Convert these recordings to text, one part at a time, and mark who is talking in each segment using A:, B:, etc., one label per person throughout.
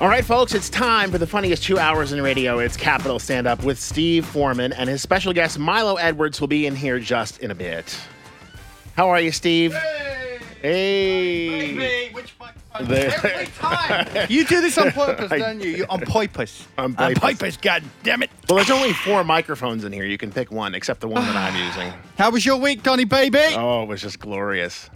A: All right, folks, it's time for the funniest two hours in radio. It's Capital Stand Up with Steve Foreman, and his special guest, Milo Edwards, will be in here just in a bit. How are you, Steve? Hey!
B: which mic-
A: There.
B: Every time. You do this on purpose, don't you? you on purpose.
A: On
B: On
A: purpose.
B: purpose, god damn it.
A: Well, there's only four microphones in here. You can pick one, except the one that I'm using.
B: How was your week, Donny baby?
A: Oh, it was just glorious.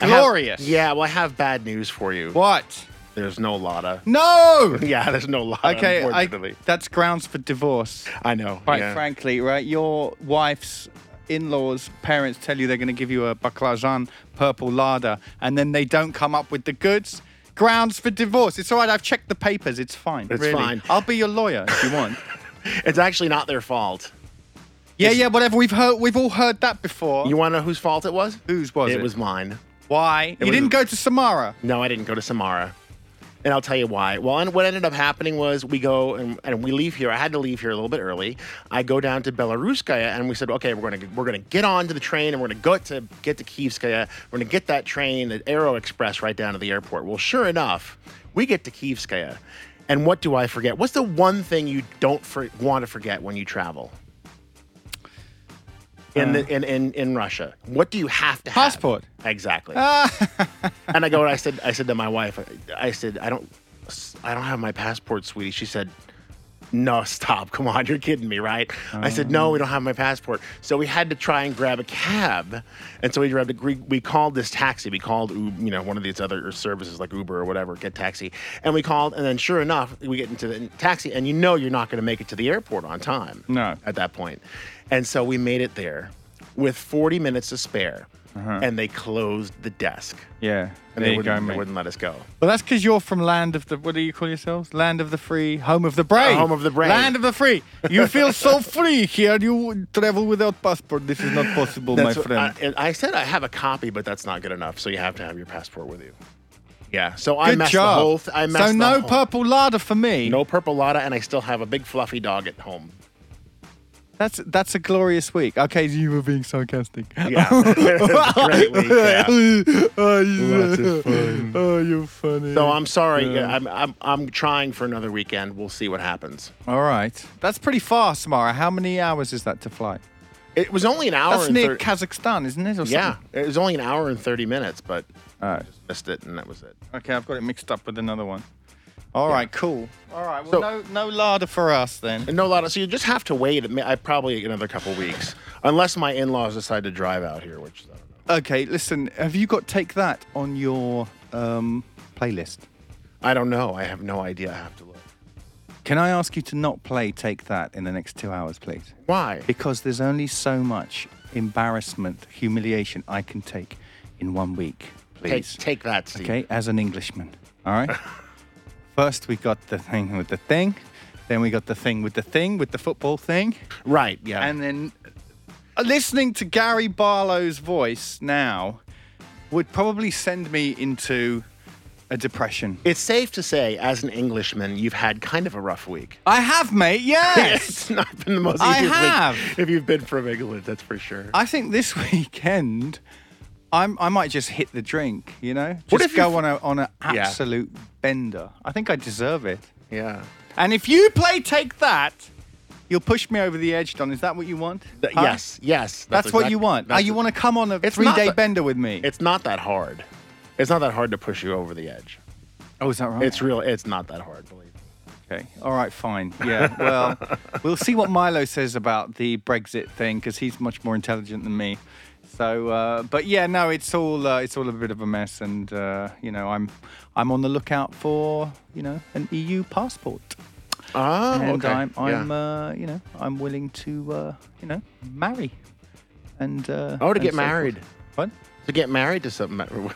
A: I have-
B: Glorious.
A: yeah, well, I have bad news for you.
B: What?
A: There's no Lotta.
B: No.
A: Yeah, there's no Lotta,
B: Okay, I,
A: unfortunately.
B: that's grounds for divorce.
A: I, know.
B: Quite
A: yeah.
B: frankly, right? Your wife's in-laws' parents tell you they're going to give you a baklajan purple larder, and then they don't come up with the goods. Grounds for divorce. It's all right. I've checked the papers. It's fine.
A: It's
B: really.
A: fine.
B: I'll be your lawyer if you want.
A: It's actually not their fault.
B: yeah, yeah. Whatever. We've heard. We've all heard that before.
A: You want to know whose fault it was?
B: Whose was it?
A: It was mine.
B: Why? you
A: was-
B: didn't go to Samara.
A: No, I didn't go to Samara. And I'll tell you why. Well, and what ended up happening was we go and, and we leave here. I had to leave here a little bit early. I go down to Belaruskaya and we said, okay, we're gonna we're gonna get on to the train and we're gonna go to get to Kievskaya. We're gonna get that train, the Aero Express, right down to the airport. Well, sure enough, we get to Kievskaya, and what do I forget? What's the one thing you don't for, want to forget when you travel? In, the, in, in in Russia, what do you have to have?
B: Passport.
A: Exactly. and I go and I said I said to my wife, I, I said I don't I don't have my passport, sweetie. She said, No, stop. Come on, you're kidding me, right? I said, No, we don't have my passport. So we had to try and grab a cab, and so we grabbed a we, we called this taxi. We called Ub- you know one of these other services like Uber or whatever, get taxi, and we called, and then sure enough, we get into the taxi, and you know you're not going to make it to the airport on time.
B: No.
A: at that point, and so we made it there with 40 minutes to spare. And they closed the desk.
B: Yeah.
A: And they, wouldn't, they wouldn't let us go.
B: Well, that's because you're from land of the. What do you call yourselves? Land of the free, home of the brave.
A: Uh, Home of the brave.
B: Land of the free. You feel so free here. You travel without passport. This is not possible, my
A: That's what-
B: friend.
A: I, and I said I have a copy, but that's not good enough. So you have to have your passport with you. Yeah. So I
B: Good
A: messed
B: job.
A: the whole. Th- I messed
B: so
A: the
B: no
A: whole-
B: purple larder for me.
A: no purple lotta, and I still have a big fluffy dog at home.
B: That's that's a glorious week. Okay, you were being sarcastic.
A: Yeah. It's a great week, yeah.
B: oh, you, oh, you're funny.
A: So I'm sorry. Yeah, I'm, I'm I'm trying for another weekend. We'll see what happens.
B: All right. That's pretty far, Samara. How many hours is that to fly?
A: It was only an hour.
B: That's
A: and
B: near
A: thir-
B: Kazakhstan, isn't it? Or
A: yeah,
B: something?
A: it was only an hour and thirty minutes, but
B: All right.
A: missed it, and that was it.
B: Okay, I've got it mixed up with another one. All right, cool. All right,
A: So-
B: well, no, no larder for us then.
A: And no lot of. So you just have to wait. I mean, I probably another couple weeks, unless my in-laws decide to drive out here, which I don't know.
B: Okay, listen, have you got Take That on your um, playlist?
A: I don't know. I have no idea. I have to look.
B: Can I ask you to not play Take That in the next two hours, please?
A: Why?
B: Because there's only so much embarrassment, humiliation I can take in one week,
A: Take,
B: please.
A: take that, Steve.
B: Okay, as an Englishman. All right. First, we got the thing with the thing. Then we got the thing with the thing with the football thing.
A: Right, yeah.
B: And then uh, listening to Gary Barlow's voice now would probably send me into a depression.
A: it's safe to say, as an Englishman, you've had kind of a rough week.
B: I have, mate.
A: It's
B: Yes.
A: not been the most
B: I
A: easiest
B: have.
A: week if you've been from England, that's for sure.
B: I think this weekend I'm, I might just hit the drink, you know? Just
A: What if
B: go
A: you've-
B: on a on an
A: Yeah.
B: absolute bender. I think I deserve it.
A: yeah.
B: And if you play Take That, you'll push me over the edge, Don. Is that what you want?
A: Th-
B: Huh?
A: Yes, yes.
B: That's, what
A: exact-
B: you want. Oh,
A: that's-
B: you want to come on a
A: It's
B: three
A: not
B: day
A: the-
B: bender with me?
A: It's not that hard. It's not that hard to push you over the edge.
B: oh, is that right?
A: It's real. It's not that hard, believe me.
B: Okay. All right. Fine. Yeah. Well, we'll see what Milo says about the Brexit thing because he's much more intelligent than me. So, uh, but yeah, no, it's all uh, it's all a bit of a mess, and uh, you know, I'm I'm on the lookout for you know an EU passport,
A: Oh,
B: and
A: okay.
B: I'm I'm
A: yeah.
B: uh, you know I'm willing to uh, you know marry, and uh,
A: Oh, to
B: and
A: get
B: so
A: married.
B: forth. What?
A: to get married to something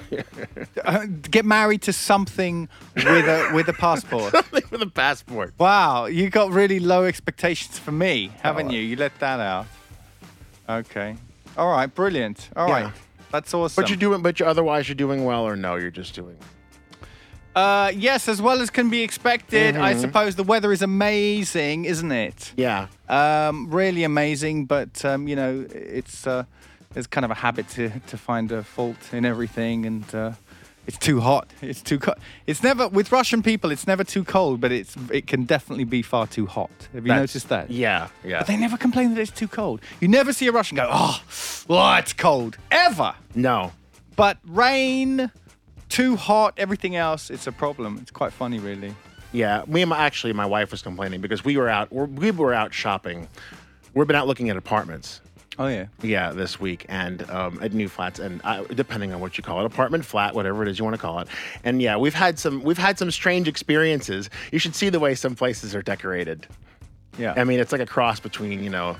B: Uh, get married to something with a with a passport.
A: with a passport.
B: Wow, you got really low expectations for me, haven't
A: Oh.
B: you? You let that out. Okay. All right, brilliant. All
A: Yeah.
B: right. That's awesome.
A: But you're doing. But you otherwise you're doing well, or no, you're just doing.
B: uh, yes, as well as can be expected.
A: Mm-hmm.
B: I suppose the weather is amazing, isn't it?
A: Yeah.
B: Um, really amazing, but um, you know, it's uh, it's kind of a habit to to find a fault in everything, and uh, It's too hot. It's too co- It's never with Russian people. It's never too cold, but it's it can definitely be far too hot. Have you
A: That's-
B: noticed that?
A: Yeah, yeah.
B: But they never complain that it's too cold. You never see a Russian go, oh, oh, it's cold. Ever.
A: no.
B: But rain, too hot, everything else, it's a problem. It's quite funny, really.
A: Yeah, me and my, actually my wife was complaining because we were out we're, we were out shopping. We've been out looking at apartments.
B: Oh, yeah.
A: Yeah, this week and um, at new flats and I, depending on what you call it, apartment, flat, whatever it is you want to call it. And yeah, we've had some we've had some strange experiences. You should see the way some places are decorated.
B: Yeah.
A: I mean, it's like a cross between you know.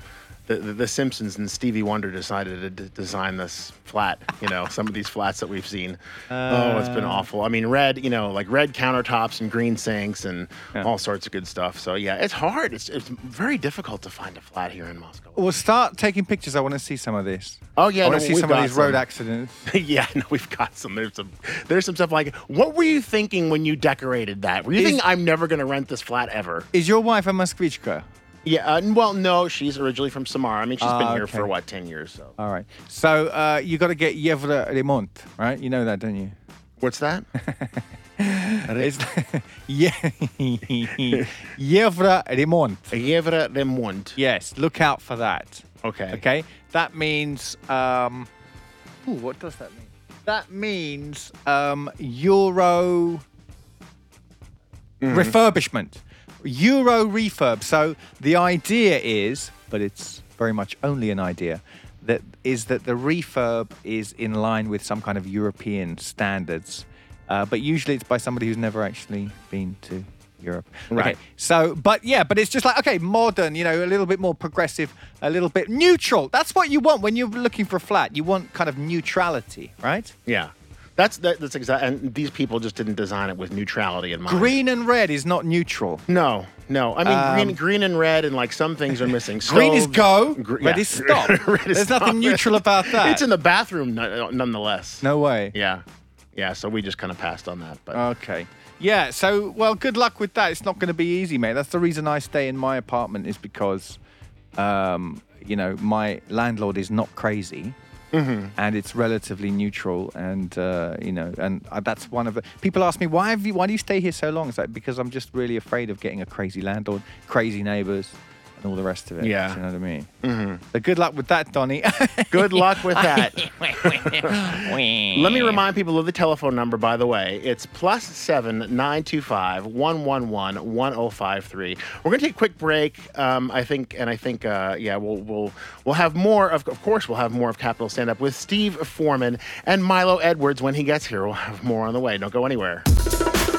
A: The, the, the Simpsons and Stevie Wonder decided to d- design this flat, you know, some of these flats that we've seen. oh, it's
B: Uh.
A: been awful. I mean, red, you know, like red countertops and green sinks and
B: Yeah.
A: all sorts of good stuff. So, yeah, it's hard. It's, it's very difficult to find a flat here in Moscow.
B: well, start taking pictures. I want to see some of this.
A: Oh, yeah,
B: I want
A: no,
B: to see
A: we've
B: some of
A: got
B: these road
A: some.
B: accidents.
A: yeah, no, we've got some. There's some. There's some stuff like, what were you thinking when you decorated that? Were you
B: Is-
A: thinking I'm never going to rent this flat ever?
B: Is your wife a Moskvichka?
A: Yeah. Uh, well, no, she's originally from Samara. I mean, she's been
B: Ah,
A: here
B: okay.
A: for what ten years. So,
B: All right. So uh, you got to get Yevra Remont, right? You know that, don't you?
A: what's that?
B: It's Ye- Yevra Remont.
A: Yevra Remont.
B: Yes, look out for that.
A: Okay.
B: Okay. That means. Um, ooh, what does that mean? That means um, Euro refurbishment. Euro refurb. So the idea is, but it's very much only an idea, that is that the refurb is in line with some kind of European standards. Uh, but usually it's by somebody who's never actually been to Europe.
A: Right.
B: Okay, so, but yeah, but it's just like, okay, modern, you know, a little bit more progressive, a little bit neutral. That's what you want when you're looking for a flat. You want kind of neutrality, right?
A: Yeah. That's that, that's exact. And these people just didn't design it with neutrality in mind.
B: Green and red is not neutral.
A: No, no. I mean, green, green and red, and like some things are missing.
B: Green is
A: Stoves,
B: go,
A: gr-
B: red
A: yeah.
B: is stop.
A: Red is
B: There's nothing
A: stop.
B: neutral about that.
A: It's in the bathroom, no- nonetheless.
B: no way.
A: Yeah. Yeah. So we just kind of passed on that. But
B: Okay. Yeah. So, well, good luck with that. It's not going to be easy, mate. That's the reason I stay in my apartment is because, um, you know, my landlord is not crazy,
A: Mm-hmm.
B: and it's relatively neutral. And uh, you know, and uh, that's one of the people ask me why have you why do you stay here so long? It's like because I'm just really afraid of getting a crazy landlord, crazy neighbors, and all the rest of it.
A: Yeah.
B: Do you know what I mean? Mm-hmm. So good luck with that, Donny.
A: good luck with that.
C: Let
A: Let me remind people of the telephone number, by the way. It's plus seven nine two five one one one one zero five three. We're gonna take a quick break, um, I think, and I think, uh, yeah, we'll we'll we'll have more of, of course, we'll have more of Capital Stand Up with Steve Foreman and Milo Edwards when he gets here. We'll have more on the way. Don't go anywhere.